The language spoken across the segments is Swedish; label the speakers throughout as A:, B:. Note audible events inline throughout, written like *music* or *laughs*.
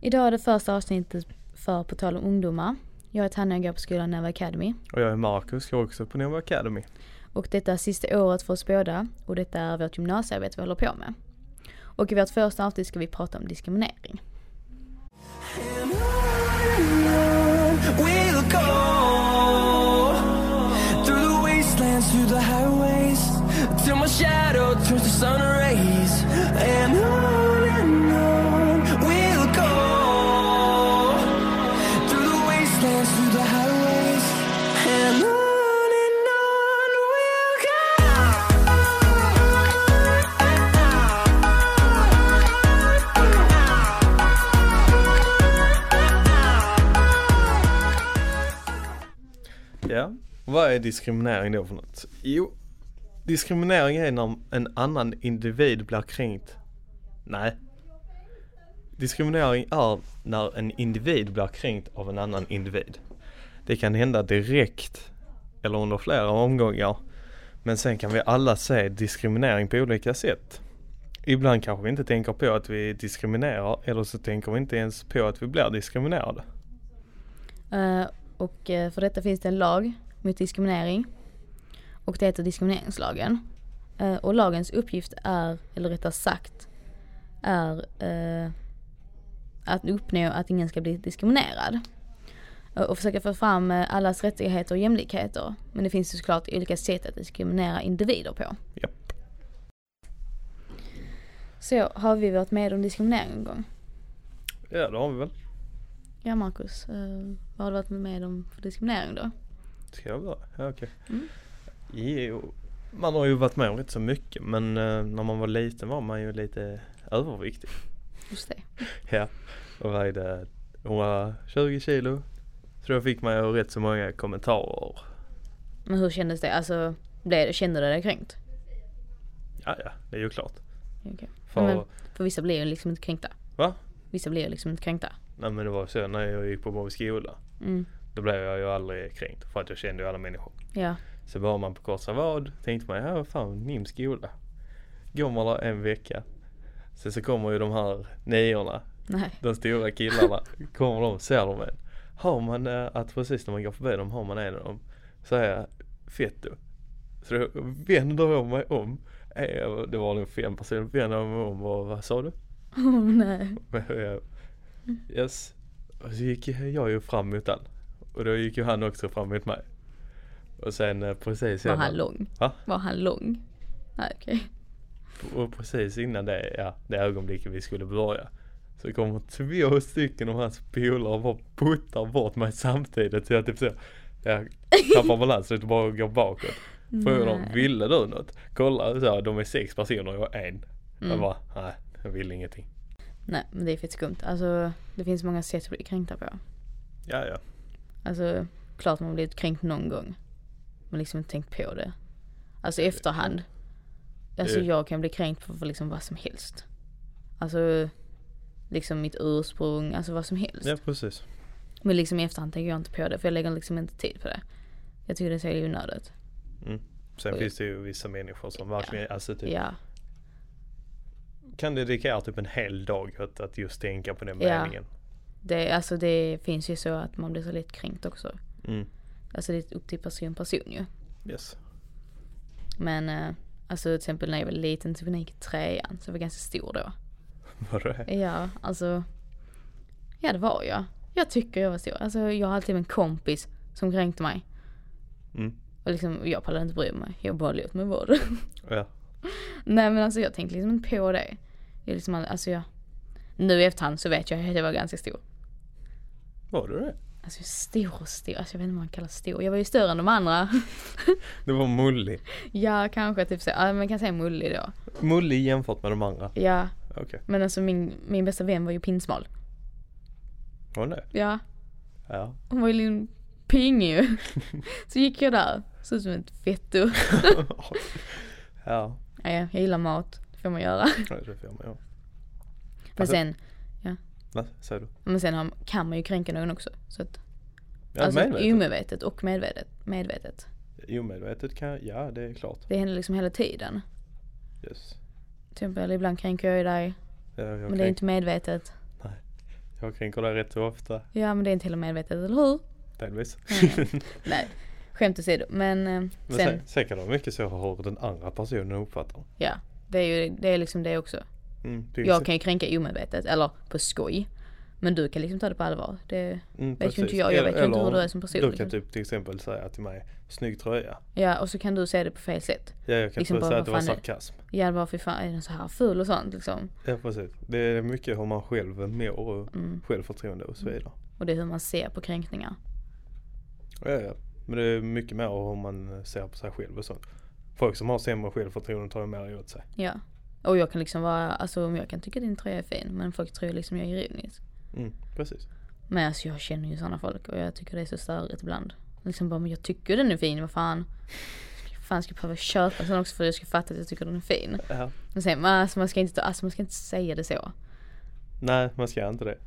A: Idag är det första avsnittet för På tal om ungdomar. Jag är Tanja och går på skolan Neva Academy.
B: Och jag är Marcus, går också på Nova Academy.
A: Och detta är sista året för oss båda och detta är vårt gymnasiearbete vi håller på med. Och i vårt första avsnitt ska vi prata om diskriminering.
C: And on we'll go through the wastelands, through the highways, till my shadow turns to sun rays. And on and on we'll go through the wastelands, through the highways, and on and on we'll
B: Ja, vad är diskriminering då för något? Jo, diskriminering är när en annan individ blir kränkt. Nej. Diskriminering är när en individ blir kränkt av en annan individ. Det kan hända direkt eller under flera omgångar. Men sen kan vi alla se diskriminering på olika sätt. Ibland kanske vi inte tänker på att vi diskriminerar eller så tänker vi inte ens på att vi blir diskriminerade.
A: Eh, Och eh, för detta finns det en lag mot diskriminering. Och det heter diskrimineringslagen. Eh, Och lagens uppgift är, eller rättare sagt, är eh, att uppnå att ingen ska bli diskriminerad. Eh, Och försöka få fram eh, allas rättigheter och jämlikheter. Men det finns ju såklart olika sätt att diskriminera individer på.
B: Japp.
A: Så har vi varit med om diskriminering en gång.
B: Ja, det har vi väl.
A: Ja Marcus, eh, vad har du varit med om för diskriminering då?
B: Ska jag börja? Ja, okej.
A: Mm.
B: Jo, man har ju varit med om rätt så mycket men eh, när man var liten var man ju lite överviktig.
A: Just det.
B: Ja, och vägde 120 kilo. Så då fick man ju rätt så många kommentarer.
A: Men hur kändes det? Alltså, blev, kände du dig kränkt?
B: Ja, ja, det är ju klart.
A: Okej.
B: För,
A: Men- För vissa blir ju liksom inte kränkta.
B: Va?
A: Vissa blir ju liksom inte kränkta.
B: nej men det var så när jag gick på vår skola.
A: Mm.
B: Då blev jag ju aldrig kränkt för att jag kände ju alla människor.
A: Ja.
B: Så var man på Korsavad tänkte man, ja fan min skola. Går man där en vecka. Sen så kommer ju de här niorna
A: Nej. *laughs*
B: De stora killarna kommer de ser de en. Har man eh, att precis när man går förbi dem har man en av dem. Säger fetto. Så då vänder jag mig om. Eh, Det var nog fem personer. Vänder jag mig om och vad sa du?
A: Åh nej.
B: Men jag- Yes. Och så gick jag ju fram mot han. Och då gick ju han också fram mot mig. Och sen eh, precis
A: Var
B: innan.
A: han lång?
B: Va?
A: Var han lång? Nej okej.
B: Och precis innan det, ja, det ögonblicket vi skulle börja. Så kommer två stycken av hans polare och bara puttar bort mig samtidigt. Så jag typ så, jag tappar balansen och bara går bakåt. Frågar dem,
A: Nej.
B: ville du något? Kolla så, här, de är sex personer och jag är en.
A: Mm.
B: Jag bara, nej, jag vill ingenting.
A: Nej men det är fett skumt. Alltså det finns många sätt att bli kränkta på.
B: Ja, ja.
A: Alltså klart man blivit kränkt någon gång. Men liksom inte tänkt på det. Alltså i efterhand. Alltså
B: Eh.
A: jag kan bli kränkt för för liksom vad som helst. Alltså liksom mitt ursprung, alltså vad som helst.
B: Ja, precis.
A: Men liksom i efterhand tänker jag inte på det för jag lägger liksom inte tid på det. Jag tycker det är så jävla onödigt.
B: Mm. Sen
A: Oj.
B: finns det ju vissa människor som verkligen, alltså typ,
A: Ja,
B: kan dedikera typ en hel dag åt att just tänka på den
A: Ja.
B: meningen.
A: det, alltså det finns ju så att man blir så lätt kränkt också.
B: Mm.
A: Alltså det är upp till person person ju.
B: Yes.
A: Men eh, alltså till exempel när jag var liten, typ när jag gick i trean, så var jag ganska stor då.
B: Var det?
A: Ja, alltså. Ja det var jag. Jag tycker jag var stor. Alltså jag hade typ en kompis som kränkte mig.
B: Mm.
A: Och liksom jag pallade inte bry mig. Jag bara låt mig vara det.
B: Ja.
A: Nej men alltså jag tänkte liksom inte på det. Jag liksom, aldrig- alltså jag, nu i efterhand så vet jag att jag var ganska stor.
B: Var det det?
A: Alltså stor och stor, alltså jag vet inte vad man kallar stor. Jag var ju större än de andra.
B: Det var mullig.
A: *laughs* ja kanske typ så, ja man kan säga mullig då.
B: Mullig jämfört med de andra?
A: Ja
B: Okej.
A: men alltså min, min bästa vän var ju pinsmal.
B: Var det?
A: Ja
B: *laughs* Ja.
A: hon var ju liten ping ju. *laughs* så gick jag där, såg ut som ett fetto.
B: ja.
A: Ja, jag gillar mat, det får man *laughs* göra.
B: Ja, Det får man göra.
A: Men sen,
B: Vad säger du?
A: men sen har- kan man ju kränka någon också. Så att,
B: Ja,
A: alltså
B: medvetet.
A: omedvetet och medvetet. medvetet.
B: Omedvetet kan jag, ja det är klart.
A: Det händer liksom hela tiden.
B: Yes.
A: Till exempel ibland kränker jag ju dig,
B: Ja, Jag,
A: men det är
B: kränk,
A: inte medvetet.
B: Jag kränker dig rätt så ofta.
A: Ja men det är inte heller medvetet, eller hur?
B: Delvis.
A: Nej. Nej, skämt åsido. Men eh,
B: *laughs* Men
A: sen,
B: sen, sen kan det vara mycket så hur den andra personen uppfattar det.
A: ja. Det är ju det är liksom det också.
B: mm,
A: Jag kan ju kränka omedvetet, eller på skoj. Men du kan liksom ta det på allvar. Det,
B: mm,
A: vet ju inte
B: precis.
A: jag, jag vet ju inte
B: Eller
A: hur du är som person,
B: Du kan
A: liksom.
B: typ till exempel säga till mig, snygg tröja.
A: ja, och så kan du säga det på fel sätt.
B: Ja, jag
A: Liksom
B: kan
A: bara,
B: liksom säga
A: vad
B: att det var
A: fan är-
B: sarkasm.
A: Ja, bara fy fan är den så här ful och sånt liksom.
B: Ja, precis. Det är mycket hur man själv mår
A: Mm.
B: och självförtroende och så vidare.
A: Och det är hur man ser på kränkningar.
B: Ja, ja. Men det är mycket mer hur man eh, ser på sig själv och sånt. Folk som har sämre självförtroende tar ju mer åt sig.
A: Ja. Och jag kan liksom vara, alltså om jag kan tycka din tröja är fin men folk tror liksom jag är ironisk.
B: Mm, precis.
A: Men alltså jag känner ju sådana folk och jag tycker det är så störigt ibland. Liksom bara, men jag tycker den är fin, vad fan. Fan ska jag behöva köpa sån också för att jag ska fatta att jag tycker den är fin.
B: Ja.
A: Men sen, men alltså man ska inte, ta- alltså man ska inte säga det så.
B: Nej, man ska inte det.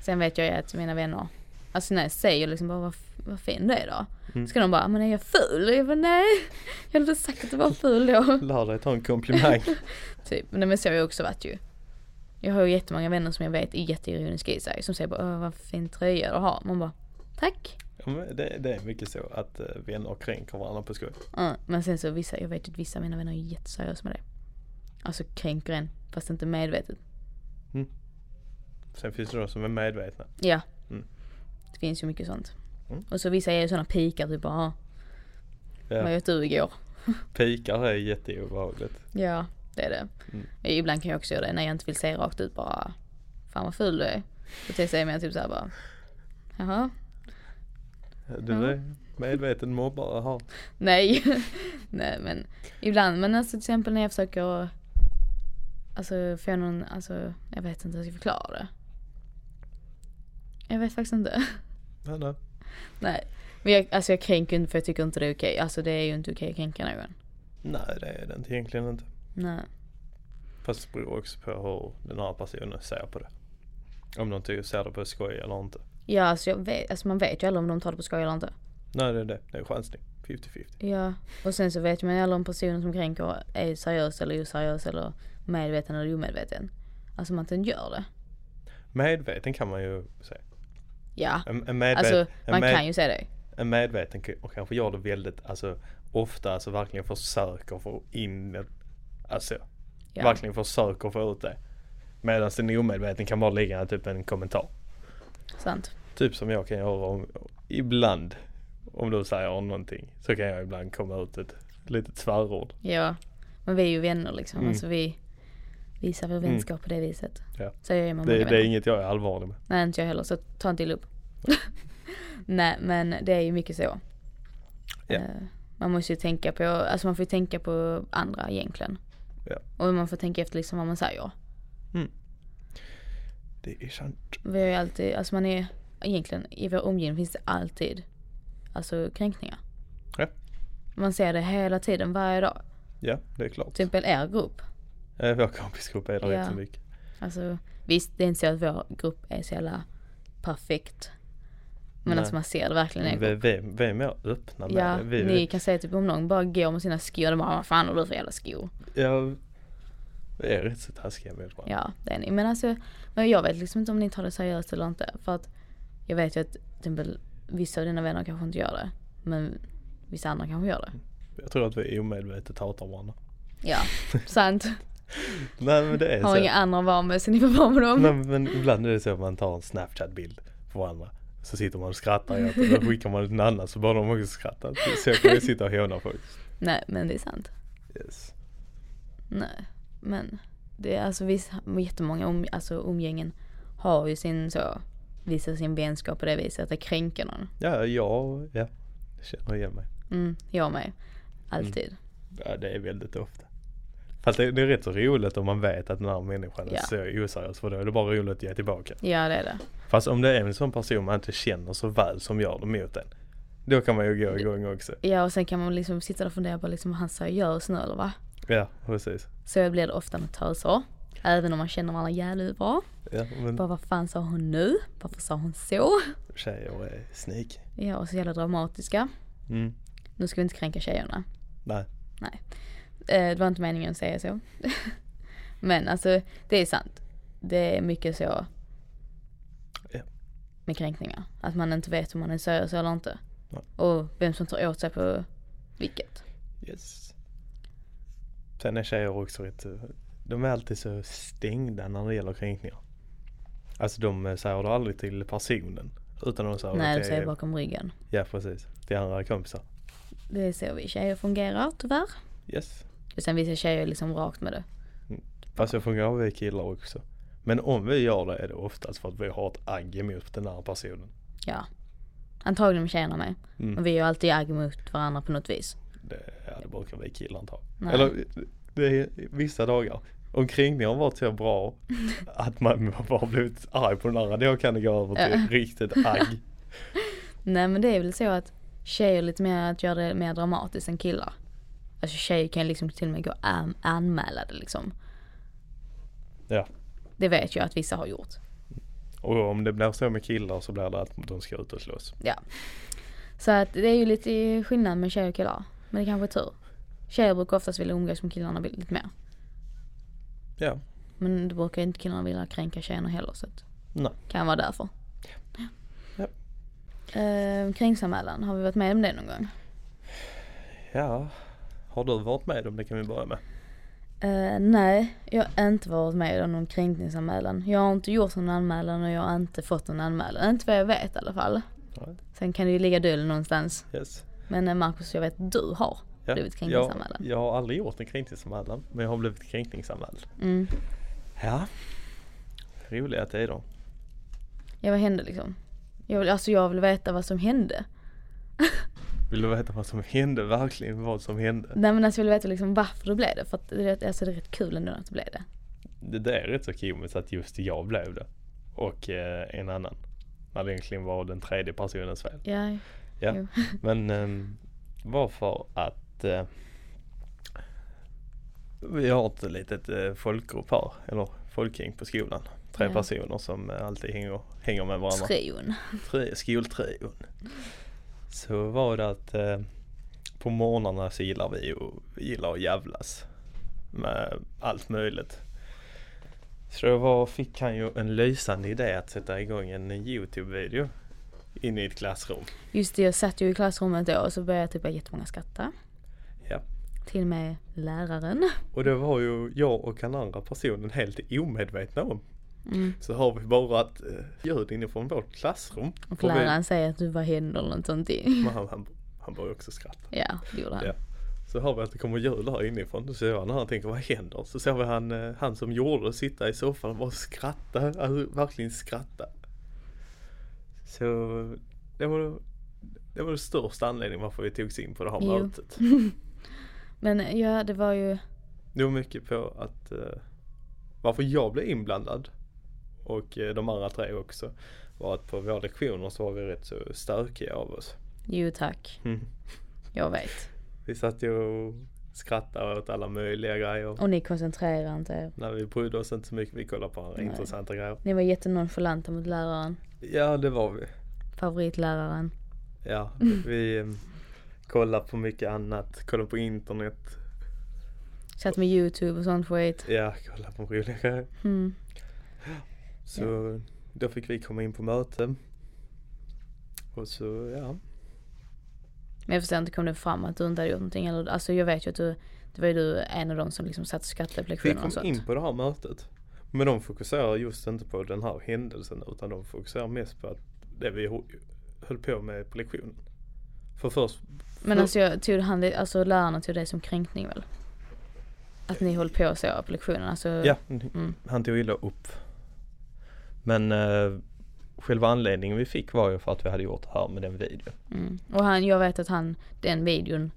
A: Sen vet jag ju att mina vänner, alltså när jag säger liksom bara vad, f- vad fin du är då. Ska de bara, men är jag ful? Och jag bara, nej. Jag hade sagt att du var ful
B: *laughs*
A: då.
B: Lär dig ta en *laughs* komplimang.
A: typ. Men men så har jag också varit ju. Jag har ju jättemånga vänner som jag vet är jätteironiska i sig. Som säger bara, "Åh, vad fin tröja du har. Man bara, tack.
B: ja, men det, det är mycket så att eh, vänner kränker varandra på skoj.
A: Ja, men sen så vissa, jag vet att vissa av mina vänner är jätteseriösa med det. Alltså kränker en, fast inte medvetet.
B: Sen finns det de som är medvetna.
A: Ja.
B: Mm.
A: Det finns ju mycket sånt.
B: Mm.
A: Och så vissa är ju sådana pikar, typ bara, "Ah, vad
B: Ja,
A: åt du igår?
B: pikar är jätteobehagligt.
A: Ja, det är det.
B: Mm.
A: Eh, Ibland kan jag också göra det när jag inte vill säga rakt ut bara Fan vad ful du är. Då till säger jag typ såhär bara Jaha?
B: Du
A: Ja.
B: är medveten mobbare har.
A: Nej. *laughs* Nej men ibland men alltså till exempel när jag försöker Alltså få någon, alltså jag vet inte hur jag ska förklara det. Jag vet faktiskt inte. *laughs*
B: Ja, nej.
A: Nej. Men jag, alltså jag kränker inte för jag tycker inte det är okej. Alltså det är ju inte okej att kränka någon.
B: nej, det är det inte egentligen inte.
A: Nej.
B: Fast det beror också på hur den här personen ser på det. Om de tycker ser det på skoj eller inte.
A: Ja alltså, jag vet, alltså man vet ju aldrig om de tar det på skoj eller inte.
B: Nej, det är det. Det är en chansning. 50-50.
A: Ja, och sen så vet man ju aldrig om personen som kränker är seriös eller oseriös eller medveten eller omedveten. Alltså man inte gör det.
B: Medveten kan man ju säga.
A: Ja,
B: En, en, medvet,
A: alltså
B: en,
A: man
B: med,
A: kan ju säga det.
B: en medveten k- och kanske gör det väldigt alltså, ofta, alltså verkligen försöker få in det. Alltså,
A: Ja.
B: verkligen försöker få ut det. Medan den omedveten kan bara lägga typ en kommentar.
A: Sant.
B: Typ som jag kan göra om, ibland. Om du säger någonting så kan jag ibland komma ut ett litet svärord.
A: Ja, men vi är ju vänner liksom.
B: Mm.
A: Alltså vi visar vår vänskap på det viset.
B: Ja.
A: Så jag är med
B: Det,
A: många
B: det är
A: vänner.
B: inget jag är allvarlig med.
A: Nej, inte jag heller. Så ta inte illa upp. *laughs* Nej, men det är ju mycket så.
B: Ja.
A: Eh, Man måste ju tänka på, alltså man får ju tänka på andra egentligen.
B: Ja.
A: Och man får tänka efter liksom vad man säger.
B: Det är sant.
A: Vi har ju alltid, alltså man är, egentligen i vår omgivning finns det alltid alltså kränkningar.
B: Ja.
A: Man ser det hela tiden, varje dag.
B: Ja, det är klart.
A: Till exempel er grupp.
B: Eh, Vår kompisgrupp är det
A: Typ. Ja.
B: rätt så mycket.
A: Alltså visst, det är inte så att vår grupp är så jävla perfekt. Men
B: Nej.
A: alltså man ser det verkligen i er
B: Vi,
A: grupp.
B: vi, vi är mer öppna med
A: Ja,
B: det. Vi,
A: ni kan säga typ om någon bara går med sina skor, de bara vad fan har du för jävla skor?
B: ja, vi är rätt så taskiga med varandra.
A: Ja, det är ni. Men alltså, men jag vet liksom inte om ni tar det seriöst eller inte. För att jag vet ju att till exempel vissa av dina vänner kanske inte gör det. Men vissa andra kanske gör det.
B: Jag tror att vi omedvetet hatar varandra. *laughs*
A: Ja, sant.
B: Nej men det är
A: Har
B: så.
A: inga andra att vara med så ni får vara med dem.
B: Nej, men ibland är det så att man tar en Snapchat-bild på varandra. Så sitter man och skrattar åt det. Då skickar man en annan så bara de också skrattar. Så jag kan ju sitta och håna folk.
A: Nej men det är sant.
B: Yes.
A: Nej men det är alltså visst, jättemånga om, alltså, umgängen har ju sin så, visar sin vänskap på det viset att det kränker någon.
B: Ja, ja, ja. Jag känner igen mig.
A: Mm, jag med. Alltid.
B: Ja, det är väldigt ofta. Fast det, det är rätt så roligt om man vet att den här människan
A: Ja.
B: är så oseriös. För då är det bara roligt att ge tillbaka.
A: Ja det är det.
B: Fast om det är en sån person man inte känner så väl som gör det mot en. Då kan man ju gå igång också.
A: Ja och sen kan man liksom sitta där och fundera på liksom, han seriös nu eller va?
B: Ja, precis.
A: Så blir det ofta med töser. Även om man känner varandra jävligt bra.
B: Ja, men
A: Bara vad fan sa hon nu? Varför sa hon så?
B: tjejer är sneaky.
A: Ja och så jävla dramatiska.
B: Mm.
A: Nu ska vi inte kränka tjejerna.
B: Nej.
A: *laughs* Eh, Det var inte meningen att säga så. Men alltså det är sant. det är mycket så
B: Ja.
A: med kränkningar. Att man inte vet om man är seriös eller inte.
B: Nej.
A: Och vem som tar åt sig på vilket.
B: Yes. Sen är tjejer också rätt, eh, de är alltid så stängda när det gäller kränkningar. Alltså de eh, säger det aldrig till personen. Utan de säger
A: Nej,
B: det
A: du säger
B: till,
A: bakom ryggen.
B: ja, precis, till andra kompisar.
A: Det är så vi tjejer fungerar tyvärr.
B: Yes.
A: Och sen vissa tjejer är liksom rakt med det.
B: Fast jag fungerar vi killar också. Men om vi gör det är det oftast för att vi har ett agg emot den här personen.
A: Ja. Antagligen med tjejerna med.
B: Mm.
A: Men vi är ju alltid agg mot varandra på något vis.
B: Det, ja, det brukar vi killar inte ha.
A: Nej.
B: Eller det är vissa dagar. Om kränkningen har varit
A: *laughs*
B: så bra att man bara har blivit arg på den andra, då kan det gå över till
A: *laughs*
B: riktigt agg.
A: Nej men det är väl så att tjejer är lite mer att göra det mer dramatiskt än killar. Alltså tjejer kan liksom till och med gå och an- anmäla det liksom.
B: Ja.
A: Det vet jag att vissa har gjort.
B: Och om det blir så med killar så blir det att de ska ut och slåss.
A: Ja. Så att det är ju lite skillnad med tjejer och killar. Men det kanske är tur. Tjejer brukar oftast vilja umgås med killarna lite mer.
B: Ja.
A: Men det brukar ju inte killarna vilja kränka tjejerna heller så att
B: Nej.
A: det kan vara därför.
B: Ja.
A: Eh, kränkningsanmälan, har vi varit med om det någon gång?
B: Ja. Har du varit med om det kan vi börja med.
A: Eh, nej, jag har inte varit med om någon kränkningsanmälan. Jag har inte gjort någon anmälan och jag har inte fått någon anmälan. Inte vad jag vet i alla fall.
B: Ja.
A: Sen kan det ju ligga död någonstans.
B: Yes.
A: Men eh, Marcus, jag vet du har
B: Ja.
A: blivit
B: Jag,
A: kränkningsanmälan.
B: jag har aldrig gjort en kränkningsanmälan, men jag har blivit kränkningsanmäld.
A: Mm.
B: Ja. Roliga tider.
A: Ja vad hände liksom? Jag vill, alltså jag vill veta vad som hände.
B: Vill du veta vad som hände? Verkligen vad som hände?
A: Nej men alltså jag vill veta liksom varför det blev det. För att det, är rätt- alltså det är rätt kul ändå att det blev det.
B: Det där är rätt så komiskt att just jag blev det. Och eh, en annan. När det egentligen var den tredje personens fel.
A: Ja.
B: Ja.
A: jo.
B: Men ehm, varför att eh, vi har ett litet eh, folkgrupp här, eller folkgäng på skolan. Tre
A: Ja.
B: personer som eh, alltid hänger, hänger med varandra.
A: Trion.
B: Tre, skoltrion. Så var det att eh, på morgnarna så gillar vi att, vi gillar att jävlas med allt möjligt. Så då var, fick han ju en lysande idé att sätta igång en Youtube-video inne i ett klassrum.
A: Just det jag satt ju i klassrummet då och så började typ jättemånga skratta.
B: Ja.
A: Till och med läraren.
B: Och det var ju jag och den andra personen helt omedvetna om.
A: Mm.
B: Så hör vi bara att eh, ljud inifrån vårt klassrum.
A: Och
B: vi-
A: läraren säger att du vad händer eller något sånt. *laughs* i-
B: Men han, han, han började också skratta.
A: Ja det gjorde han.
B: Ja. Så hör vi att det kommer hjul här inifrån. Då ser jag när han tänker vad händer? Så ser vi han, eh, han som gjorde det sitta i soffan och bara skratta. Alltså verkligen skratta. Så det var, det var den största anledningen varför vi togs in på det här
A: Jo.
B: mötet.
A: Men ja det var ju,
B: Det var mycket på att eh, varför jag blev inblandad och eh, de andra tre också var att på våra lektioner så var vi rätt så stökiga av oss.
A: jo tack.
B: Mm.
A: Jag vet.
B: Vi satt ju och skrattade åt alla möjliga grejer.
A: Och ni koncentrerar inte er.
B: Nej vi brydde oss inte så mycket, vi kollade på andra
A: Nej.
B: intressanta grejer.
A: Ni var jättenonchalanта mot läraren.
B: Ja det var vi.
A: Favoritläraren.
B: Ja, vi eh, kollade på mycket annat, kollade på internet,
A: Satt med youtube och sånt skit.
B: ja kollade på roliga grejer.
A: Mm.
B: Så då fick vi komma in på möten. Och så ja,
A: Men jag förstår inte, kom det fram att du inte hade gjort någonting? Eller, alltså jag vet ju att du, det var ju du en av dem som liksom satt och skrattade på
B: vi
A: lektionerna och
B: kom
A: sånt.
B: in på det här mötet. Men de fokuserar just inte på den här händelsen utan de fokuserar mest på att det vi ho- höll på med på lektionen. För först,
A: Men alltså, jag tog han, det- alltså lärarna tog det som kränkning väl? Att ni höll på så på lektionen? Alltså,
B: ja,
A: Mm.
B: han tog illa upp. Men eh, själva anledningen vi fick var ju för att vi hade gjort det här med den videon.
A: Mm. Och han, jag vet att han, den videon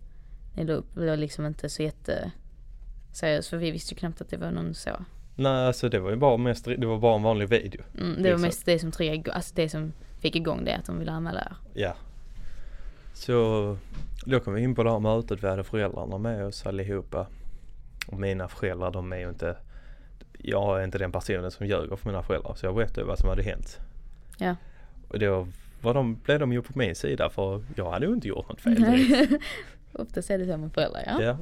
A: ni la upp var liksom inte så jätte seriös för vi visste ju knappt att det var någon så.
B: Nej, alltså det var ju bara mest, det var bara en vanlig video.
A: Mm, det var
B: Exakt.
A: mest det som triggade, igång- alltså det som fick igång det att de ville anmäla er.
B: Ja. Så då kom vi in på det här mötet. Vi hade föräldrarna med oss allihopa. Och mina föräldrar de är ju inte, jag är inte den personen som ljuger för mina föräldrar. Så jag berättade ju vad som hade hänt.
A: Ja.
B: Och då var de, blev de ju på min sida för jag hade ju inte gjort något fel direkt.
A: *laughs* Oftast är det så med föräldrar ja.
B: Ja.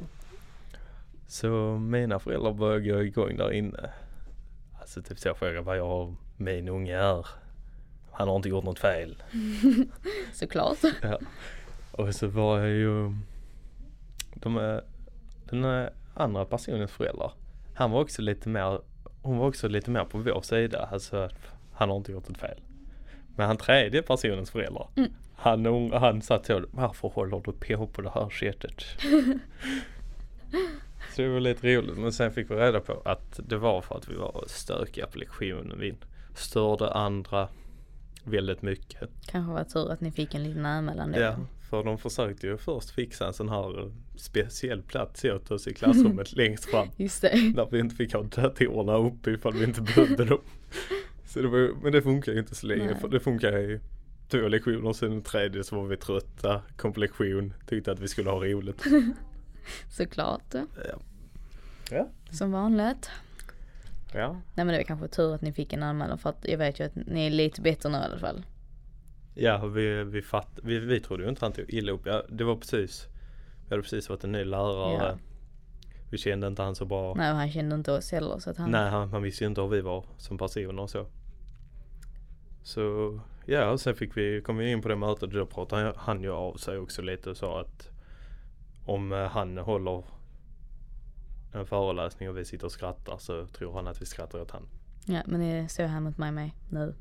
B: Så mina föräldrar började gå igång där inne. Alltså typ så frågar vad jag, min unge är. Han har inte gjort något fel.
A: Såklart.
B: Och så var jag ju de, eh, Den eh, andra personens föräldrar Han var också lite mer Hon var också lite mer på vår sida Alltså han har inte gjort ett fel Men han tredje personens föräldrar
A: Mm.
B: Han, han satt så Varför håller du på på det här sättet? så det var lite roligt Men sen fick vi reda på att det var för att vi var stökiga på lektionen Vi störde andra väldigt mycket
A: Kanske var tur att ni fick en liten anmälan då.
B: Ja, för de försökte ju först fixa en sån här eh, speciell plats åt oss
A: *laughs*
B: i klassrummet längst fram.
A: Just det. *laughs*
B: Där vi inte fick ha datorerna uppe ifall vi inte behövde dem. Så det var, ju- men det funkar ju inte så länge
A: Nej.
B: för det funkar ju två lektioner sen den tredje så var vi trötta, kom på lektion, tyckte att vi skulle ha roligt.
A: Såklart.
B: Ja.
A: Som vanligt.
B: Ja,
A: Nej men det var kanske tur att ni fick en anmälan för att jag vet ju att ni är lite bättre nu i alla fall.
B: ja vi, vi, fatt, vi, vi trodde ju inte han tog illa upp. Ja, det var precis, vi hade precis varit en ny lärare.
A: Ja.
B: Vi kände inte han så bra.
A: Nej och han kände inte oss heller så att han.
B: Nej, han, han visste ju inte hur vi var som personer och så. Så ja, och sen fick vi, kom vi in på det mötet och då pratade han, han ju av sig också lite och sa att om eh, han håller en föreläsning och vi sitter och skrattar så tror han att vi skrattar åt han.
A: Ja men det är så här mot mig med nu.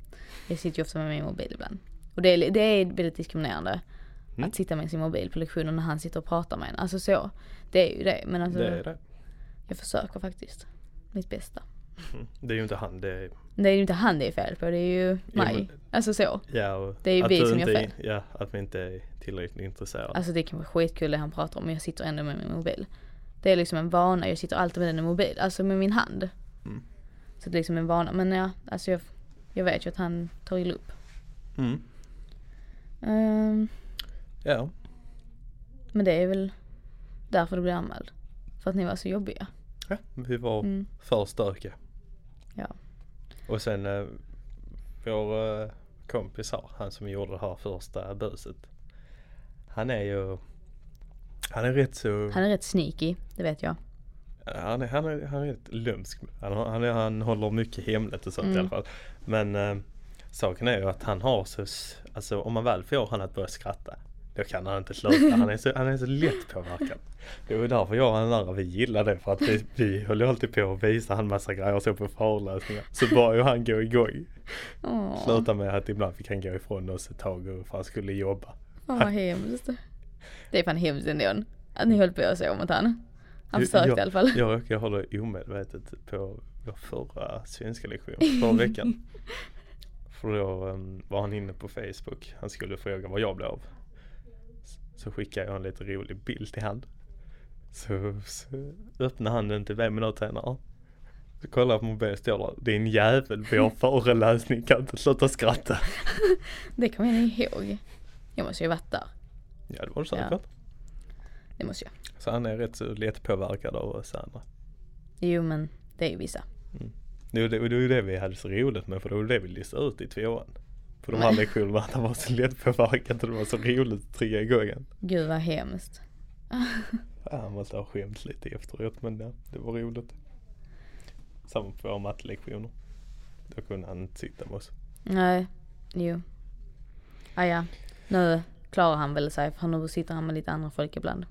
A: Jag sitter ju ofta med min mobil ibland. Och det är, det är väldigt diskriminerande.
B: Mm.
A: Att sitta med sin mobil på lektionen när han sitter och pratar med en. Alltså så. Det är ju det. Men alltså
B: Det är det.
A: jag försöker faktiskt. Mitt bästa.
B: Mm. Det är ju inte han, det är,
A: Men Det är ju inte han det är fel på. Det är ju mig.
B: men-
A: Alltså så.
B: ja, och
A: Det är ju
B: att
A: vi
B: du
A: som
B: inte
A: gör
B: är- Ja, att vi inte är tillräckligt intresserade.
A: Alltså det kan vara skitkul det han pratar om men jag sitter ändå med min mobil. Det är liksom en vana, jag sitter alltid med den i mobil, alltså med min hand.
B: Mm.
A: Så det är liksom en vana, men ja, alltså jag, jag vet ju att han tar illa upp.
B: Mm.
A: Ehm,
B: Ja,
A: men det är väl därför du blir anmäld. För att ni var så jobbiga.
B: ja, vi var
A: Mm.
B: för stökiga.
A: Ja.
B: Och sen eh, vår eh, kompis här, han som gjorde det här första buset. Han är ju, han är rätt så,
A: Han är rätt sneaky, det vet jag.
B: han är, han är, han är rätt lömsk. Han, har- han, är, han håller mycket hemligt och sånt i
A: Mm.
B: alla fall. Men eh, saken är ju att han har så, s- alltså om man väl får han att börja skratta. Då kan han inte sluta, han är så, han är så lätt påverkad. Det var ju därför jag och han andra vi gillade det för att vi, vi höll ju alltid på att visa han massa grejer och så på föreläsningar. Så började ju han gå igång.
A: Åh,
B: Sluta med att ibland fick han gå ifrån oss ett tag och för han skulle jobba.
A: fan vad hemskt. Det är fan hemskt ändå. Att ni höll på så mot han. Han
B: Jag-
A: försökte
B: jag,
A: i alla fall.
B: Jag råkade hålla omedvetet på vår förra svenska lektion förra
A: *laughs*
B: veckan. För då em, var han inne på Facebook. Han skulle fråga vad jag blev av. S- Så skickade jag en lite rolig bild till han. Så, så öppnade han den till fem minuter senare. Så kollar jag på mobilen och står där. Din jävel,
A: *laughs*
B: vår föreläsning kan inte sluta skratta.
A: Det kommer jag ihåg. Jag måste ju ha varit där.
B: Ja det var det säkert.
A: Det måste jag.
B: Så han är rätt så lättpåverkad av oss andra.
A: Jo men det är ju vissa.
B: Det var det, det, var ju det vi hade så roligt med för det var det vi listade ut i tvåan. På de här
A: Nej.
B: lektionerna att han var så lättpåverkad och det var så roligt att trigga igång han.
A: Gud vad hemskt.
B: Ja, han måste ha skämts lite efteråt men ja, det var roligt. Samma på våra mattelektioner. Då kunde han inte sitta med oss.
A: Nej, jo. Ah, ja. nu klarar han väl sig för nu sitter han med lite andra folk ibland.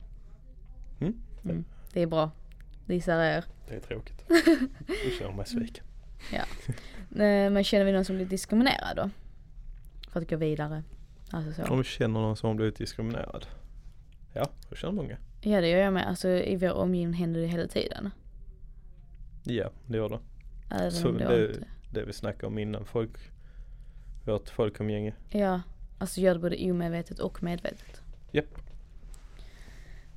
B: Mm.
A: Mm. Det är bra. Gissar er.
B: Det är tråkigt. Nu känner jag mig sviken.
A: Eh, Men känner vi någon som blir diskriminerad då? För att gå vidare. Alltså så.
B: Om du känner någon som har blivit diskriminerad? Ja, jag känner många.
A: Ja det gör jag med. Alltså i vår omgivning händer det hela tiden.
B: Ja, det gör det.
A: Även
B: Så
A: om då
B: det,
A: inte.
B: det vi snackade om innan, folk, vårt folkomgänge.
A: Ja. Alltså gör det både omedvetet och medvetet.
B: Japp.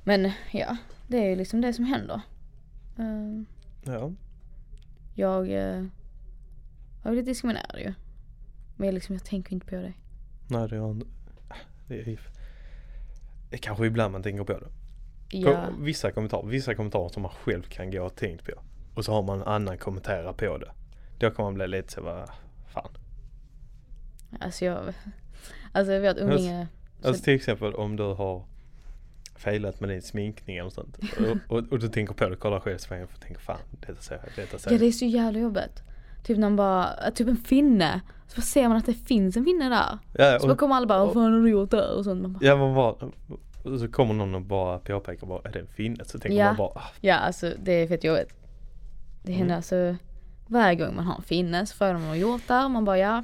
A: Men ja, det är ju liksom det som händer. Eh,
B: Ja,
A: Jag eh, har blivit diskriminerad ju. Men jag, liksom, jag tänker inte på det.
B: Nej det är en... Det är, det är kanske ibland man tänker på det.
A: Ja,
B: På vissa kommentarer, vissa kommentarer som man själv kan gå och tänkt på. Och så har man en annan kommentera på det. Då kan man bli lite så vad fan.
A: alltså jag... Alltså vårt umgänge...
B: Alltså till exempel om du har felat med din sminkning eller sånt. Och, och, och du tänker på det, kollar själv i spegeln och tänker fan detta ser jag, detta ser
A: Ja
B: jag.
A: det är så jävla jobbigt. Typ någon bara, typ en finne. Så bara ser man att det finns en finne där.
B: Ja,
A: Så bara
B: och,
A: kommer alla bara, vad
B: och-
A: fan har du gjort där? Och sånt. Man bara,
B: ja men vad, och så kommer någon och bara påpekar bara, är det en finne? Så tänker
A: Ja.
B: man bara, ah,
A: ja alltså det är fett jobbigt. Det
B: Mm.
A: händer alltså varje gång man har en finne så frågar de vad har du gjort där? Man bara ja,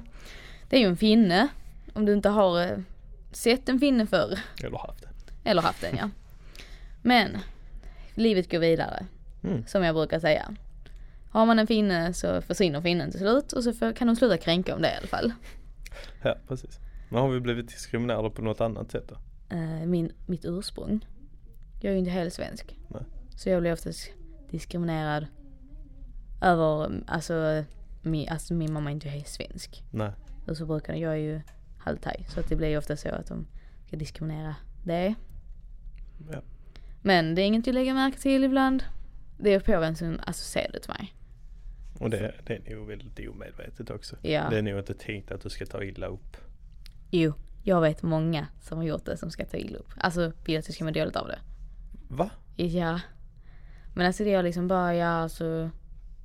A: det är ju en finne. Om du inte har eh, sett en finne förr. *laughs*
B: eller haft det.
A: Eller haft den ja. Men livet går vidare.
B: Mm.
A: Som jag brukar säga. Har man en finne så försvinner finnen till slut och så får- kan de sluta kränka om det i alla fall.
B: Ja precis. Men har vi blivit diskriminerade på något annat sätt då?
A: Eh, min, mitt ursprung. Jag är ju inte helt svensk.
B: Nej.
A: Så jag blir oftast diskriminerad över, alltså min, alltså min mamma är inte helt svensk.
B: Nej.
A: Och så brukar jag är ju halvtaj så att det blir ju ofta så att de ska diskriminera det.
B: Ja.
A: Men det är inget jag lägger märke till ibland. Det är på vem som alltså, ser det till mig.
B: Och det, det är nog väldigt omedvetet också.
A: Ja.
B: Det är nog inte tänkt att du ska ta illa upp.
A: Jo, jag vet många som har gjort det som ska ta illa upp. Alltså vill att jag ska må dåligt av det.
B: Va?
A: Ja. Men alltså det är liksom bara, ja alltså.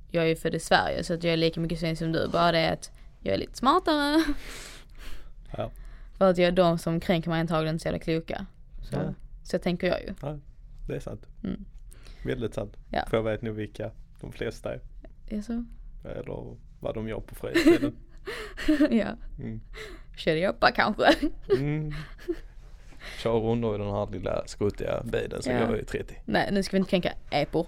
A: Jag är ju född i Sverige så att jag är lika mycket svensk som du. Bara det att jag är lite smartare. *laughs*
B: Ja.
A: För att jag, de som kränker mig är antagligen inte så jävla kloka. Så,
B: Ja.
A: så tänker jag ju.
B: Ja, det är sant.
A: Mm.
B: Väldigt sant.
A: Ja.
B: För jag vet nog vilka de flesta är.
A: Alltså,
B: Eller vad de gör på fritiden.
A: *laughs* ja.
B: Mm.
A: Kör jag bara kanske. *laughs*
B: Mm. Kör rundor i den här lilla skruttiga bilen som
A: Ja.
B: går i 30.
A: Nej nu ska vi inte kränka epor.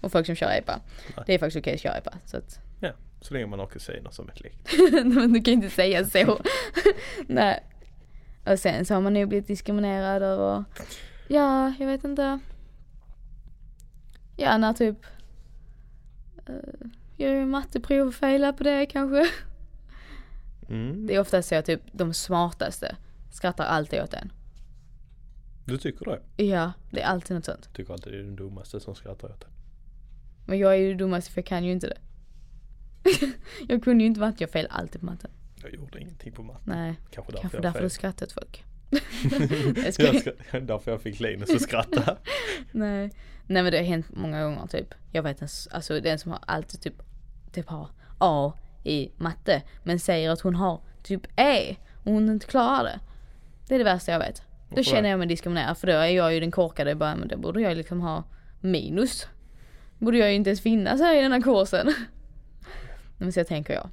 A: Och folk som kör epa.
B: Nej.
A: Det är faktiskt okej att köra epa. Så att,
B: Ja, så länge man har kusiner som är släkt.
A: *laughs* men du kan inte säga så. *laughs* Nej. Och sen så har man nog blivit diskriminerad över, ja jag vet inte. Ja när typ, eh, jag gör ju matteprov och failar på det kanske.
B: Mm.
A: Det är oftast så typ de smartaste skrattar alltid åt en.
B: Du tycker det?
A: Ja, det är alltid något sånt.
B: Jag tycker alltid det är den dummaste som skrattar åt det.
A: Men jag är ju dummast för jag kan ju inte det. *laughs* jag kunde ju inte matte, jag failade alltid på matten.
B: Jag gjorde ingenting på matte.
A: Nej,
B: Kanske därför
A: kanske
B: jag
A: därför du
B: fel.
A: skrattar åt *laughs* folk.
B: jag
A: Jag skojar.
B: skra- *laughs* därför jag fick Linus att skratta.
A: Nej. Nej men det har hänt många gånger typ. Jag vet en, s- alltså den som har alltid typ, typ har A i matte men säger att hon har typ E och hon inte klarar det. Det är det värsta jag vet. Då
B: Varför det?
A: känner jag mig diskriminerad för då är jag ju den korkade bara men då borde jag liksom ha minus. Borde jag ju inte ens finnas här i den här kursen. *laughs* Nej, Men så tänker jag.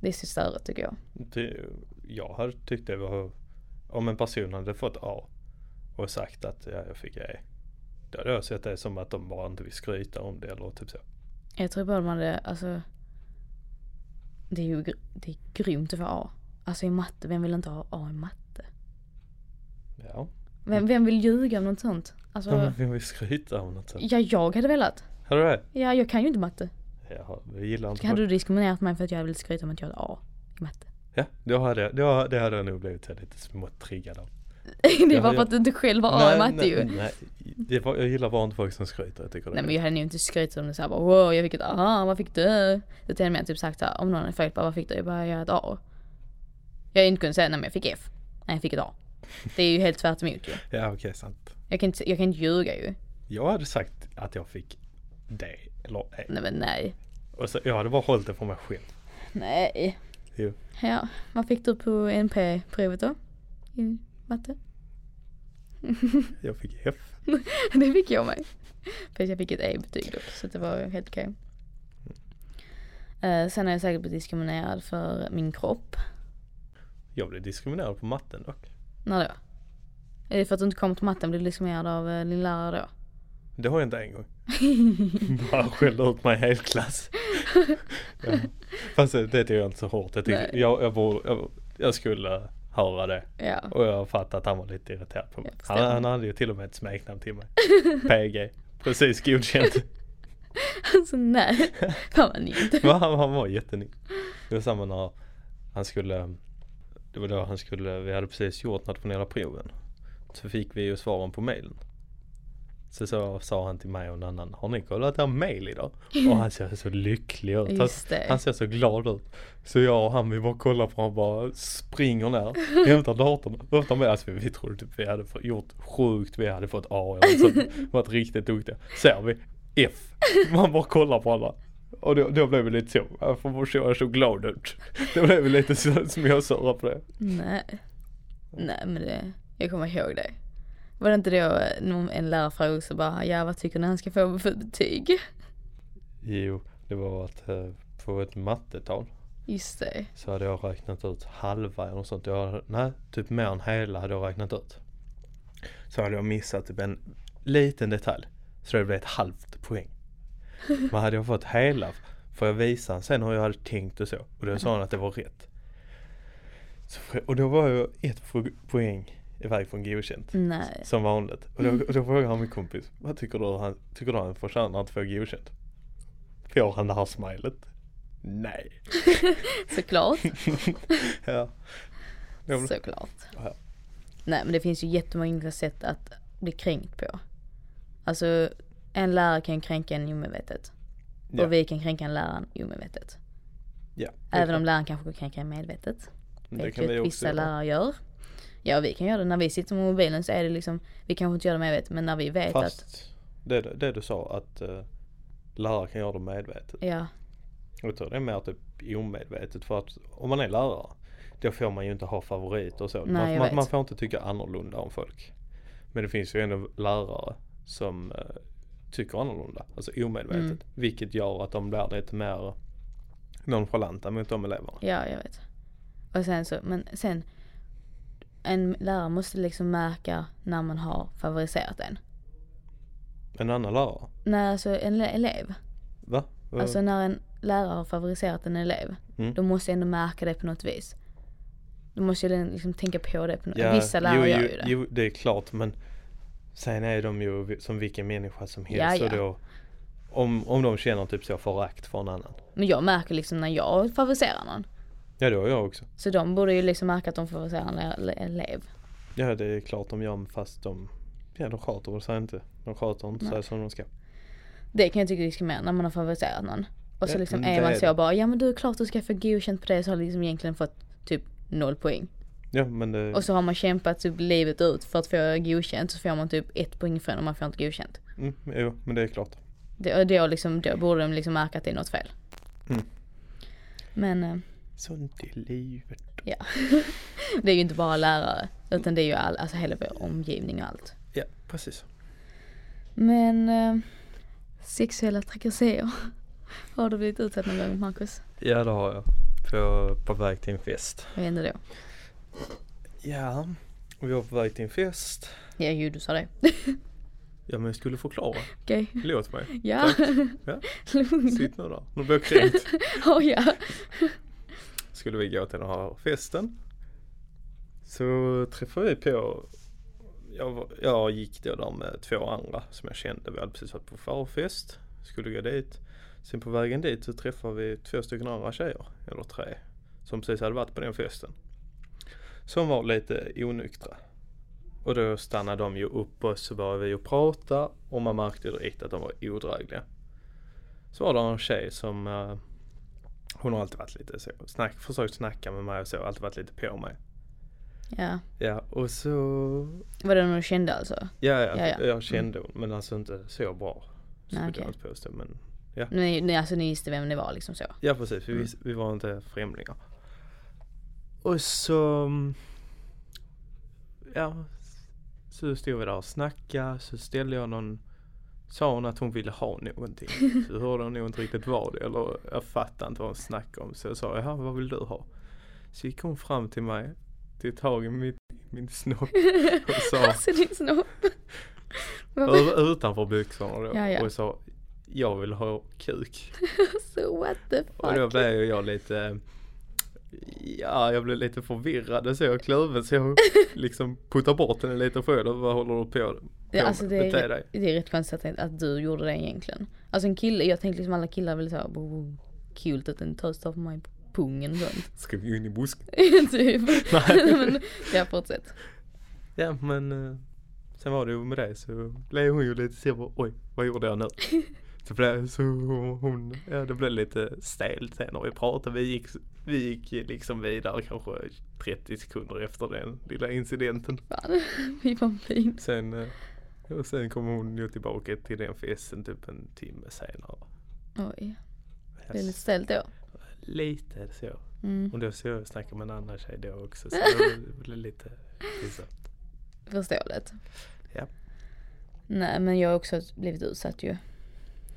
A: Det är så störigt tycker jag.
B: Det- Jag hade tyckt det var om en person hade fått A och sagt att ja, jag fick E. Då hade jag sett det som att de bara inte vill skryta om det eller typ så.
A: Jag tror bara man det, alltså. Det är ju gr- det är grymt att få A. Alltså i matte, vem vill inte ha A i matte?
B: Ja,
A: Vem, vem vill ljuga om något sånt?
B: ja men
A: Alltså,
B: vem vill skryta om något sånt?
A: ja jag hade velat.
B: Har du det?
A: Ja jag kan ju inte matte.
B: Ja, jag gillar inte
A: Hade
B: folk.
A: du diskriminerat mig för att jag ville skryta om att jag hade A *laughs* i matte?
B: Ja, då hade, jag- då, det hade jag nog blivit så här lite smått triggad av.
A: det är
B: Ja,
A: bara för
B: ja.
A: att du inte själv har A i matte
B: nej,
A: ju.
B: nej, det var, jag gillar bara inte folk som skryter. Jag tycker det
A: Nej
B: är-
A: men jag hade ju inte skrytit om det såhär bara wow jag fick ett aha vad fick du? Utan jag hade mer typ sagt såhär om någon hade frågat bara vad fick du? Jag bara jag hade ett A. Jag hade inte kunnat säga nej men jag fick F. Nej jag fick ett A. Det är ju helt tvärt emot ju.
B: Ja okej, sant.
A: Jag kan, inte, jag kan inte ljuga ju.
B: Jag hade sagt att jag fick D eller E.
A: Nej men nej.
B: Och så, jag hade bara hållit det för mig själv.
A: Nej.
B: Jo.
A: Ja, vad fick du på NP-provet då? I matte? *laughs*
B: Jag fick F.
A: Det fick jag mig. För jag fick ett E-betyg då, så det var helt okej. Eh, sen har jag säkert blivit diskriminerad för min kropp.
B: Jag blev diskriminerad på matten dock.
A: När då? Är det för att du inte kom till matten blev du diskriminerad av eh, din lärare då?
B: Det har jag inte
A: *laughs*
B: en gång. Bara skällde ut mig i hel klass. ja. Fast det det tog jag inte så hårt. Jag, tyckte,
A: Nej.
B: jag, jag, borde, jag, jag skulle höra det.
A: *laughs* Ja.
B: Och jag fattade att han var lite irriterad på mig.
A: Jag förstår.
B: Han, han hade ju till och med ett smeknamn till mig. PG.
A: *laughs*
B: Precis godkänt.
A: Alltså nej. *laughs* Fan vad nytt.
B: Men han, han var jättenig. Det var samma när han skulle Det var då han skulle, vi hade precis gjort nationella proven. Så fick vi ju svaren på mailen. Så, så sa han till mig och en annan, har ni kollat er mail idag? Och han ser så lycklig ut. Han,
A: Just det.
B: han ser så glad ut. Så jag och han vi bara kollar på honom bara springer ner, hämtar datorn, öppnar med. Alltså vi, vi trodde typ vi hade fått- gjort sjukt, vi hade fått A eller något sånt. Varit riktigt duktiga. Ser vi F. Man bara kollar på alla. Och då, då blev vi lite så, varför ser jag så glad ut? *laughs* Då blev vi lite så- småsura på det.
A: Nej. Nej men det, jag kommer ihåg det. Var det inte då eh, någon, en lärare frågade också bara, ja vad tycker ni han ska få för betyg?
B: Jo, det var att eh, på ett mattetal
A: Just det.
B: så hade jag räknat ut halva eller något sånt. Jag, nej, typ mer än hela hade jag räknat ut. Så hade jag missat typ en liten detalj. Så det blev ett halvt poäng. Men hade jag fått hela, för jag visade han sen hur jag hade tänkt och så. Och då sa han att det var rätt. Så, fr- och då var jag ett fo- poäng iväg från godkänt.
A: Nej.
B: Som vanligt. Och
A: Mm.
B: då, och då frågade han min kompis, vad tycker du han, tycker du han förtjänar att få godkänt? Får han det här smilet? Nej.
A: *laughs* Såklart.
B: ja. Ja, men-
A: Såklart.
B: Ja.
A: Nej men det finns ju jättemånga olika sätt att bli kränkt på. Alltså en lärare kan kränka en omedvetet.
B: Ja.
A: Och vi kan kränka en lärare omedvetet.
B: Ja, det
A: Även
B: kan-
A: om läraren kanske kan kränka en medvetet.
B: det
A: vet
B: kan
A: ju
B: vi
A: att
B: också
A: vissa
B: göra.
A: lärare gör. Ja vi kan göra det när vi sitter med mobilen så är det liksom, vi kanske inte gör det medvetet men när vi vet att,
B: Fast det, det du sa att uh, lärare kan göra det medvetet.
A: ja
B: Jag tror det är mer typ omedvetet för att om man är lärare då får man ju inte ha favoriter och så.
A: Nej,
B: man,
A: jag
B: man,
A: vet.
B: man får inte tycka annorlunda om folk. Men det finns ju ändå lärare som eh, tycker annorlunda, alltså omedvetet.
A: Mm.
B: Vilket gör att de blir lite mer nonchalanta mot de eleverna.
A: Ja, jag vet. Och sen så, men sen. En lärare måste liksom märka när man har favoriserat en.
B: En annan lärare,
A: När alltså en le- elev.
B: va? Vad-
A: Alltså när en lärare har favoriserat en elev.
B: Mm.
A: Då måste jag ändå märka det på något vis. Då måste jag liksom tänka på det på något
B: Ja,
A: Vissa lärare
B: jo,
A: gör
B: jo,
A: ju det.
B: Jo, det är klart men sen är de ju vi- som vilken människa som helst.
A: Ja, ja.
B: Och då, om, om de känner typ så förakt för en annan.
A: Men jag märker liksom när jag favoriserar någon.
B: Ja det har jag också.
A: Så de borde ju liksom märka att de favoriserar en ele- elev.
B: Ja det är klart de gör men fast de, ja de sköter väl sig inte. De sköter inte sig
A: Nej.
B: som de ska.
A: Det kan jag tycka är diskriminerande när man har favoriserat någon. Och så
B: Ja,
A: liksom
B: men
A: är
B: det
A: man
B: är
A: så
B: det.
A: bara, ja men du är klart du ska få godkänt på det. Så har du liksom egentligen fått typ noll poäng.
B: Ja men det,
A: Och så har man kämpat typ livet ut för att få godkänt så får man typ ett poäng från om man får inte godkänt.
B: mm, jo, men det är klart.
A: Det, och då, liksom, då borde de liksom märka att det är något fel.
B: Mm.
A: Men eh,
B: Sånt är livet.
A: ja. det är ju inte bara lärare utan det är ju all, alltså hela vår omgivning och allt.
B: Ja precis.
A: Men eh, sexuella trakasserier. *laughs* Har du blivit utsatt någon gång Marcus?
B: Ja det har jag. På, på väg till en fest.
A: Vad hände då?
B: Ja. Vi var på väg till en fest.
A: Ja, ju du sa det.
B: Ja men jag skulle förklara.
A: Okej. *laughs*
B: Låt mig.
A: Ja.
B: Ja.
A: Lugn. *laughs*
B: Sitt nu då. Nu blir jag kränkt.
A: Oh, ja.
B: skulle vi gå till den här festen. Så träffade vi på, jag, var- jag gick då där med två andra som jag kände. Vi hade precis varit på förfest, skulle gå dit. Sen på vägen dit så träffade vi två stycken andra tjejer, eller tre, som precis hade varit på den festen. Som var lite onyktra. Och då stannade de ju upp och så började vi att prata och man märkte ju direkt att de var odrägliga. Så var det en tjej som eh, hon har alltid varit lite så, snack, försökt snacka med mig och så, alltid varit lite på mig.
A: ja.
B: Ja och så,
A: Var det någon du kände alltså?
B: ja ja,
A: Ja, ja.
B: jag kände hon men alltså inte så bra. Skulle
A: Nej,
B: jag
A: okej.
B: inte påstå men
A: Ni, ni, alltså, ni visste vem det var liksom så?
B: ja precis vi,
A: Mm.
B: vis- vi var inte främlingar. Och så, mm, ja, så stod vi där och snackade så ställde jag någon Sa hon att hon ville ha någonting?
A: *laughs*
B: Så hörde hon nog inte riktigt vad det eller jag fattade inte vad hon snackade om. Så jag sa, jaha vad vill du ha? Så gick hon fram till mig, till tag i min, min snopp och
A: *laughs*
B: sa,
A: Alltså din snopp. Vad
B: Ö- utanför byxorna då
A: Ja, ja.
B: och sa jag vill ha kuk.
A: så what the
B: Och då
A: fuck?
B: blev ju jag lite Ja, jag blev lite förvirrad och så jag kluven
A: *laughs*
B: så jag liksom puttar bort henne lite och frågade vad håller du på, på
A: Ja, alltså
B: med?
A: det,
B: Bete dig.
A: är, det är rätt konstigt att, att du gjorde det egentligen. Alltså en kille, jag tänkte liksom alla killar vill säga kul att en tös tar på mig på pungen och *laughs* sånt.
B: Ska vi in i busken?
A: typ.
B: Nej.
A: *laughs* Men, ja fortsätt.
B: Ja men eh, sen var det ju med det så blev hon ju lite så bara, oj vad
A: *laughs*
B: gjorde jag nu? Så blev så hon, ja det blev lite stelt sen när vi pratade. Vi gick, vi gick liksom vidare kanske 30 sekunder efter den lilla incidenten.
A: Fan, vi var fin.
B: Sen, eh, och sen kom hon ju tillbaka till den festen typ en timme senare.
A: Oj. Det är lite ställt då.
B: Lite så.
A: Mm,
B: Och då så jag snackade med en annan tjej då
A: *laughs*
B: också. Så det blev lite pinsamt.
A: förståeligt.
B: Ja.
A: Nej men jag har också blivit utsatt ju.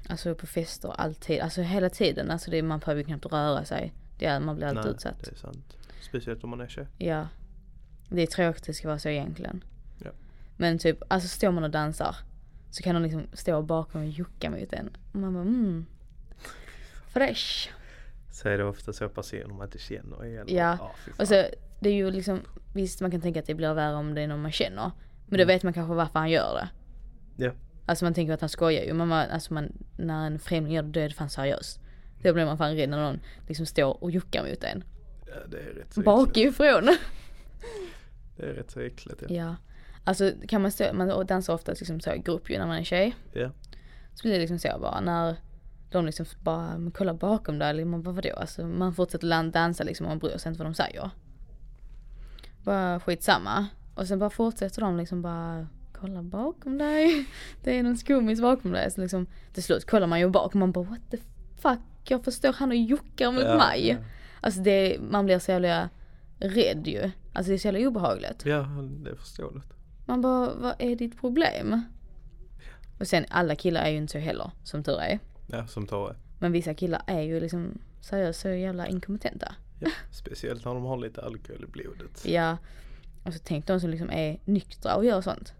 A: Alltså på fester alltid, alltså hela tiden. Alltså det, man behöver ju knappt röra sig. Det är, man blir alltid
B: Nej,
A: utsatt.
B: Det är sant. Speciellt om man är tjej.
A: Ja. Det är tråkigt att det ska vara så egentligen.
B: Ja.
A: Men typ, alltså står man och dansar så kan de liksom stå bakom och jucka mot en. Och man bara mm. Fresh.
B: Så är det ofta så personer man inte känner igen.
A: Ja.
B: fy fan.
A: Och så, det är ju liksom, visst man kan tänka att det blir värre om det är någon man känner. Men då vet man kanske varför han gör det.
B: ja.
A: Alltså man tänker att han skojar ju. Men man, alltså man, när en främling gör det, då är det fan seriöst. Då blir man fan rädd när någon liksom står och juckar mot en.
B: ja, det är rätt så äckligt.
A: Bakifrån.
B: Det är rätt så äckligt. Ja.
A: ja. Alltså kan man stå, man dansar ofta liksom så i grupp ju när man är tjej.
B: ja.
A: Så blir det liksom så bara när de liksom bara men kollar bakom där, eller man bara vadå? Alltså man fortsätter lan- dansa liksom och man bryr sig inte vad de säger. Bara skitsamma. Och sen bara fortsätter de liksom bara kolla bakom dig. *laughs* Det är någon skummis bakom dig. Så liksom till slut kollar man ju bak och man bara what the fuck? Jag förstår han och juckar mot
B: Ja,
A: mig.
B: ja.
A: Alltså det, man blir så jävla rädd ju. Alltså det är så jävla obehagligt.
B: Ja, det är förståeligt.
A: Man bara, vad är ditt problem? Och sen alla killar är ju inte så heller, som tur är.
B: Ja, som tar det.
A: Men vissa killar är ju liksom seriöst så jävla inkompetenta.
B: Ja. Speciellt när de har lite alkohol i blodet.
A: Ja. Och så tänk de som liksom är nyktra och gör sånt.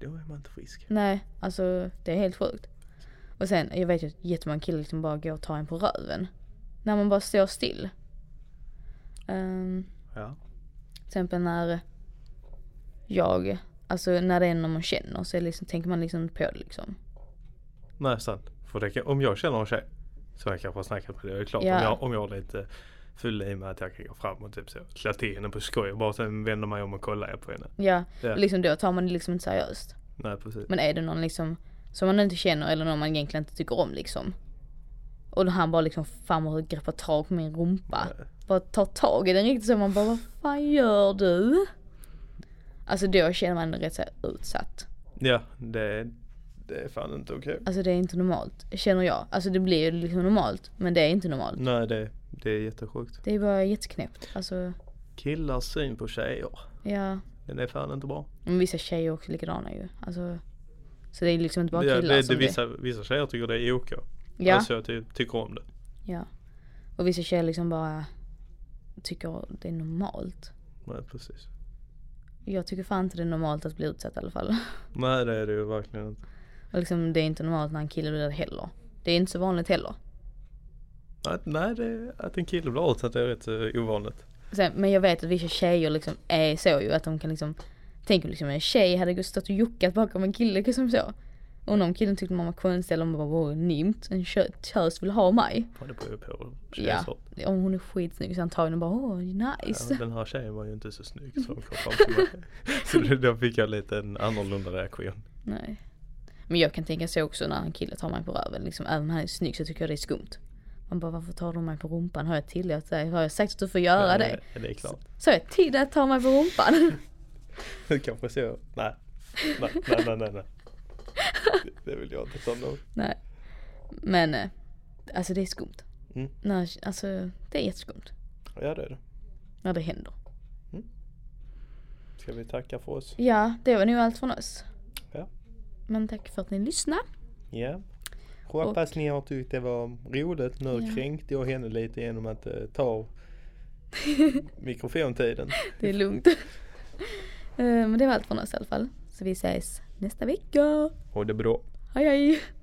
B: Då är man inte frisk.
A: Nej, alltså det är helt sjukt. Och sen, jag vet ju att jättemånga killar liksom bara går och tar en på röven. När man bara står still. Ehm,
B: Ja.
A: Till exempel när jag, alltså när det är någon man känner så är det liksom, tänker man liksom inte på det liksom.
B: Nej, sant. För det kan, om jag känner en tjej så har jag kanske snackat med dig. Det är klart
A: Ja.
B: om, jag, om jag har lite fylla i mig att jag kan gå fram och typ så klä till henne på skoj och bara sen vänder mig om och kollar på henne.
A: Ja,
B: Ja.
A: och liksom då tar man det liksom inte seriöst.
B: Nej, precis.
A: Men är det någon liksom som man inte känner eller någon man egentligen inte tycker om liksom. Och då han bara liksom fan och greppar tag på min rumpa. Bara tar tag i den riktigt så man bara vad fan gör du? Alltså då känner man sig rätt så här utsatt.
B: Ja, det, det är fan inte okej.
A: Alltså det är inte normalt känner jag. Alltså det blir ju liksom normalt men det är inte normalt.
B: Nej, det, det är jättesjukt.
A: Det är bara jätteknäppt. Alltså
B: Killars syn på tjejer,
A: ja.
B: den är fan inte bra.
A: Men vissa tjejer är också likadana ju. Alltså. Så det är liksom inte bara
B: Det,
A: killar
B: det, det,
A: som
B: vissa, vissa tjejer tycker det är okej.
A: Ja.
B: Alltså jag ty, tycker om det.
A: Ja. Och vissa tjejer liksom bara tycker det är normalt.
B: Nej, precis.
A: Jag tycker fan inte det är normalt att bli utsatt i alla fall. *laughs*
B: Nej, det är det ju verkligen inte.
A: Och liksom, det är inte normalt när en kille blir det heller. Det är inte så vanligt heller.
B: Att, nej, det, att en kille blir utsatt är rätt eh, ovanligt.
A: Sen, men jag vet att vissa tjejer liksom är så ju att de kan liksom Tänk om liksom en tjej hade gått stått och juckat bakom en kille liksom så. Och om killen tyckte man var konstig eller om man var nymt. En kö- tös vill ha mig.
B: Ja, det beror ju på
A: Ja.
B: tjejsort.
A: Om hon är skitsnygg så antagligen bara åh nice.
B: Ja, den här tjejen var ju inte så snygg så hon kom fram till *laughs* mig. Så då- då fick jag lite en annorlunda reaktion.
A: Nej. Men jag kan tänka så också när en kille tar mig på röven. Liksom, även om han är snygg så tycker jag det är skumt. Man bara varför tar du mig på rumpan? Har jag tillåtit dig? Har jag sagt att du får göra
B: Ja,
A: det?
B: Det är klart. *laughs*
A: Så jag till dig att ta mig på rumpan? *laughs*
B: Det kanske så. Nej. Nej, nej, nej, nej. nej. Det, det vill jag inte ta någon.
A: Nej. Men eh, alltså det är skumt.
B: Mm.
A: När, alltså det är jätteskumt.
B: Ja, det är det.
A: När det händer.
B: Ska vi tacka för oss?
A: Ja, det var nog allt från oss.
B: Ja.
A: Men tack för att ni lyssnade.
B: Ja. Hoppas ni har tyckt det var roligt. Nu
A: Ja.
B: kränkte jag henne lite genom att eh, *laughs* ta mikrofontiden.
A: Det är lugnt. *laughs* Eh, Men det var allt från oss i alla fall. Så vi ses nästa vecka.
B: Och det är bra.
A: Hej hej!